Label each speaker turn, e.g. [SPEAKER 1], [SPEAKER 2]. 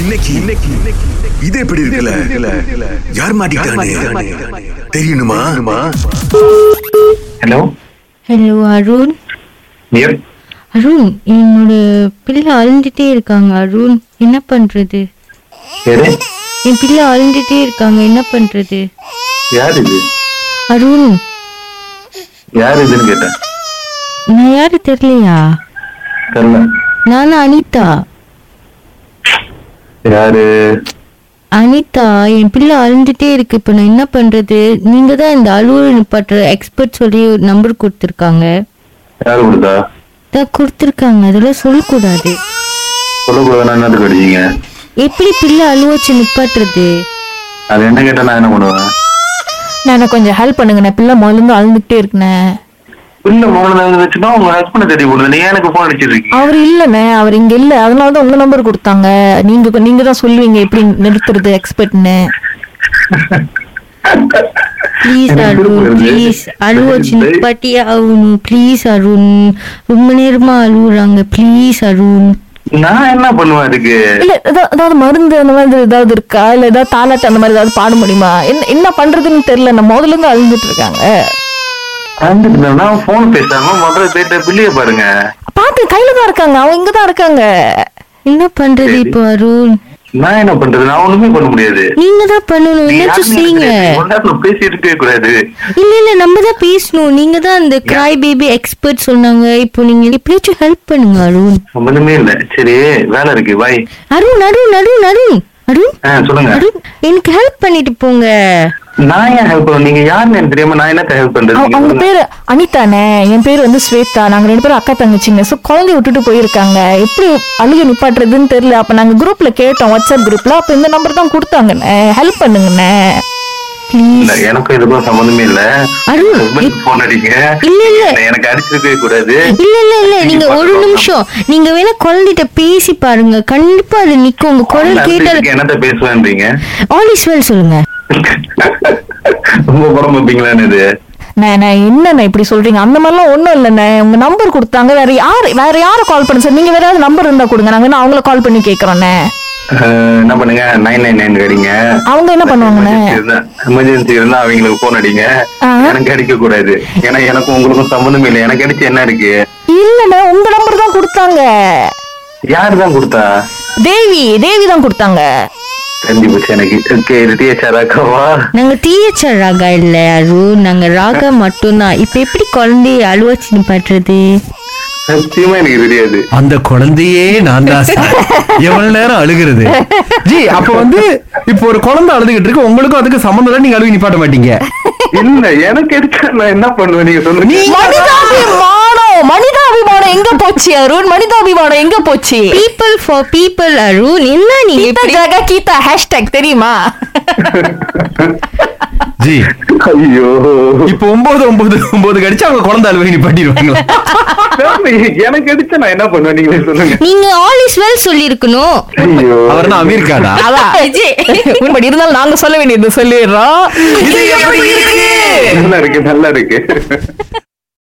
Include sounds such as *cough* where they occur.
[SPEAKER 1] இன்னைக்கு இன்னைக்கு இது எப்படி இருக்குல்ல யார் மாட்டிக்கிட்டானே தெரியணுமா
[SPEAKER 2] ஹலோ
[SPEAKER 3] ஹலோ அருண்
[SPEAKER 2] எப்
[SPEAKER 3] அருண் என்னோட பிள்ளை அழுந்துட்டே இருக்காங்க அருண் என்ன பண்றது
[SPEAKER 2] யாரு
[SPEAKER 3] என் பிள்ளை அழுந்துட்டே இருக்காங்க என்ன பண்றது
[SPEAKER 2] யார் இது
[SPEAKER 3] அருண்
[SPEAKER 2] யார் இதுன்னு கேட்டேன்
[SPEAKER 3] நான் யாரு தெரியலையா
[SPEAKER 2] தெரில
[SPEAKER 3] நான் அனிதா
[SPEAKER 2] யாரு
[SPEAKER 3] அனிதா என் பிள்ளை அழுந்துட்டே இருக்கு இப்போ நான் என்ன பண்றது நீங்க தான் இந்த அலுவல் நிப்பாட்டுற எக்ஸ்பர்ட் சொல்லி ஒரு நம்பர் கொடுத்துருக்காங்க
[SPEAKER 2] யார் கொடுத்தா
[SPEAKER 3] தான் கொடுத்துருக்காங்க அதெல்லாம் சொல்லக்கூடாது
[SPEAKER 2] சொல்லக்கூடாது என்னத்துக்கு அடிச்சீங்க
[SPEAKER 3] எப்படி பிள்ளை அழுவச்சு நிப்பாட்டுறது
[SPEAKER 2] அது என்ன கேட்டா நான் என்ன பண்ணுவேன்
[SPEAKER 4] நான் எனக்கு கொஞ்சம் ஹெல்ப் பண்ணுங்கண்ணே பிள்ளை முதல்ல அழுந்துகிட்டே இருக்கேன்
[SPEAKER 2] இல்ல மோகன் வச்சுன்னா உங்க ஹஸ்பண்டை தேடி போடுது நீ ஏன் எனக்கு போன் அடிச்சிட்டு இருக்கீங்க
[SPEAKER 4] அவர் இல்லைண்ணே அவர் இங்க இல்ல அதனால தான் உங்க நம்பர் கொடுத்தாங்க நீங்க நீங்க தான் சொல்லுவீங்க எப்படி நிறுத்துறது எக்ஸ்பர்ட்னு
[SPEAKER 3] ப்ளீஸ்
[SPEAKER 2] எனக்கு
[SPEAKER 3] அருண்
[SPEAKER 2] விருப்பம் இல்லை.
[SPEAKER 3] ப்ளீஸ் அழுவச்சு
[SPEAKER 2] இல்லை.
[SPEAKER 3] நிப்பாட்டி ஆகணும் ப்ளீஸ் அருண் ரொம்ப நேரமா அழுவுறாங்க ப்ளீஸ் அருண்
[SPEAKER 2] நான் என்ன பண்ணுவேன் அதுக்கு
[SPEAKER 4] இல்ல ஏதா- ஏதாவது மருந்து அந்த மாதிரி ஏதாவது இருக்கா இல்ல ஏதாவது தாலாட்டு அந்த மாதிரி ஏதாவது பாட முடியுமா என்ன என்ன பண்றதுன்னு தெரியல நான் முதல்ல இருந்து அழுந்துட்டு இருக்காங்க
[SPEAKER 2] வந்துட்டு நான் போன் பேசாம முதல்ல போயிட்டு பிள்ளைய பாருங்க
[SPEAKER 4] பாத்து கையில தான் இருக்காங்க அவங்க இங்க தான் இருக்காங்க
[SPEAKER 3] என்ன பண்றது இப்போ அருண்
[SPEAKER 2] நான் என்ன பண்றது நான் ஒண்ணுமே பண்ண முடியாது
[SPEAKER 3] நீங்க தான் பண்ணணும்
[SPEAKER 2] நீ
[SPEAKER 3] ஏதாச்சும்
[SPEAKER 2] யாருன்னு
[SPEAKER 3] செய்யுங்க
[SPEAKER 2] எனக்கு தெரியாது. உன்னை நான் பேசிட்டு இருக்கவே கூடாது
[SPEAKER 3] இல்ல இல்ல நம்ம தான் பேசணும் நீங்க தான் அந்த கிராய் பேபி எக்ஸ்பர்ட் சொன்னாங்க இப்போ நீங்க எப்படியாச்சும் ஹெல்ப் பண்ணுங்க அருண்
[SPEAKER 2] சம்பந்தமே இல்ல சரி வேலை இருக்கு பாய்
[SPEAKER 3] அருண் அருண் அருண் அருண் அருண்
[SPEAKER 2] ஆ, சொல்லுங்க
[SPEAKER 3] அருண் எனக்கு ஹெல்ப் பண்ணிட்டு போங்க
[SPEAKER 2] நான் ஏன் ஹெல்ப் பண்ணுவேன் நீங்க யாருன்னு எனக்கு தெரியாம நான் என்னத்த ஹெல்ப் பண்றது
[SPEAKER 4] அவ-
[SPEAKER 2] நீங்க
[SPEAKER 4] அவங்க
[SPEAKER 2] சொல்லுங்க.
[SPEAKER 4] பேரு அனிதானே என் பேர் வந்து ஸ்வேதா நாங்க ரெண்டு பேரும் அக்கா தங்கச்சிங்க சோ குழந்தைய விட்டுட்டு போயிருக்காங்க எப்படி அழுகை நிப்பாட்டுறதுன்னு தெரியல அப்ப நாங்க குரூப்ல கேட்டோம் வாட்ஸ்அப் குரூப்ல அப்ப இந்த நம்பர் தான் கொடுத்தாங்கண்ணே ஹெல்ப் பண்ணுங்கண்ணே
[SPEAKER 2] இல்ல
[SPEAKER 3] ப்ளீஸ்
[SPEAKER 2] எனக்கும் இதுக்கும் சம்பந்தமே இல்ல
[SPEAKER 3] அருண்,
[SPEAKER 2] ஹஸ்பண்ட் போன் அடிங்க
[SPEAKER 3] இல்ல, இல்ல.
[SPEAKER 2] என்னை எனக்கு அடிச்சிருக்கவே கூடாது
[SPEAKER 3] இல்ல இல்ல இல்ல நீங்க ஒரு நிமிஷம் நீங்க வேணா குழந்தைகிட்ட பேசி பாருங்க கண்டிப்பா அது நிக்கும் உங்க குரல் கேட்டால்
[SPEAKER 2] அடிச்சிருக்கு, என்னத்த பேசுவேன்றீங்க
[SPEAKER 3] ஆல் இஸ் வெல் சொல்லுங்க
[SPEAKER 2] ரொம்ப புறம் வைப்பீங்களான்னு இது
[SPEAKER 4] அண்ணே, அண்ணே, என்னண்ணே இப்படி சொல்றீங்க அந்த மாதிரிலாம் ஒண்ணும் இல்லண்ணே உங்க நம்பர் கொடுத்தாங்க வேற யார் வேற யாரை கால் பண்ண சார் நீங்க வேற யாராவது நம்பர் இருந்தா கொடுங்க நாங்க வேணா அவங்கள கால் பண்ணி கேக்குறோண்ணே
[SPEAKER 2] அஹ், என்ன பண்ணுங்க நைன் நைன் நைன் அடிங்க
[SPEAKER 4] அவங்க என்ன பண்ணுவாங்கண்ணே
[SPEAKER 2] எமர்ஜென்சி இருந்தா அவங்களுக்கு போன் அடிங்க
[SPEAKER 4] ஆ.
[SPEAKER 2] எனக்கு அடிக்க கூடாது ஏன்னா எனக்கும் உங்களுக்கும் சம்பந்தம் இல்லை எனக்கு அடிச்சு என்ன இருக்கு
[SPEAKER 4] இல்லண்ணே உங்க நம்பர் தான் கொடுத்தாங்க
[SPEAKER 2] யார் தான் கொடுத்தா
[SPEAKER 4] தேவி தேவி தான் கொடுத்தாங்க
[SPEAKER 2] தெரிஞ்சு போச்சு எனக்கு ஓகே இது டிஎச்ஆர் அக்காவா
[SPEAKER 3] நாங்க டீச்சர் ராகா இல்ல அருண் நாங்க ராகா மட்டும்தான் இப்ப எப்படி குழந்தைய அழுவச்சு பண்றது
[SPEAKER 2] சத்தியமா எனக்கு தெரியாது
[SPEAKER 5] அந்த குழந்தையே நான் தான் சார். எவ்வளவு நேரம் அழுகிறது ஜி அப்ப வந்து இப்போ ஒரு குழந்தை அழுதுகிட்டு இருக்கு உங்களுக்கும் அதுக்கு சம்மந்தம் இல்லை நீங்க அழுகி நிப்பாட்ட மாட்டீங்க
[SPEAKER 2] இல்ல எனக்கு அடிச்சா நான் என்ன பண்ணுவேன் நீங்க சொல்லுங்க
[SPEAKER 4] மனிதாபிமானம் மனிதாபிமானம் எங்க போச்சு அருண் மனிதாபிமானம் எங்க போச்சு
[SPEAKER 3] பீப்புள் ஃபார் பீப்புள் அருண் என்ன நீங்க
[SPEAKER 4] கீதா
[SPEAKER 3] இப்படி
[SPEAKER 4] ஜாக கீதா ஹேஷ்டேக் தெரியுமா
[SPEAKER 5] ஜி
[SPEAKER 2] ஐயோ
[SPEAKER 5] இப்போ ஒன்பது ஒன்பது ஒன்பது கடிச்சு அவங்க குழந்தை அழுகி நிப்பாட்டிடுவாங்களா
[SPEAKER 2] எனக்கு அடிச்சா நான் என்ன பண்ணுவேன் நீங்களே சொல்லுங்க
[SPEAKER 3] நீங்க ஆல் இஸ் வெல் சொல்லிருக்கணும்
[SPEAKER 2] ஐயோ
[SPEAKER 5] அவர் என்ன அமீர் கானா
[SPEAKER 4] *laughs* அதான் உண்படி இருந்தாலும் நாங்க சொல்ல வேண்டியது சொல்லிடுறோம்
[SPEAKER 5] இது எப்படி இருக்கு
[SPEAKER 2] நல்லா இருக்கு நல்லா இருக்கு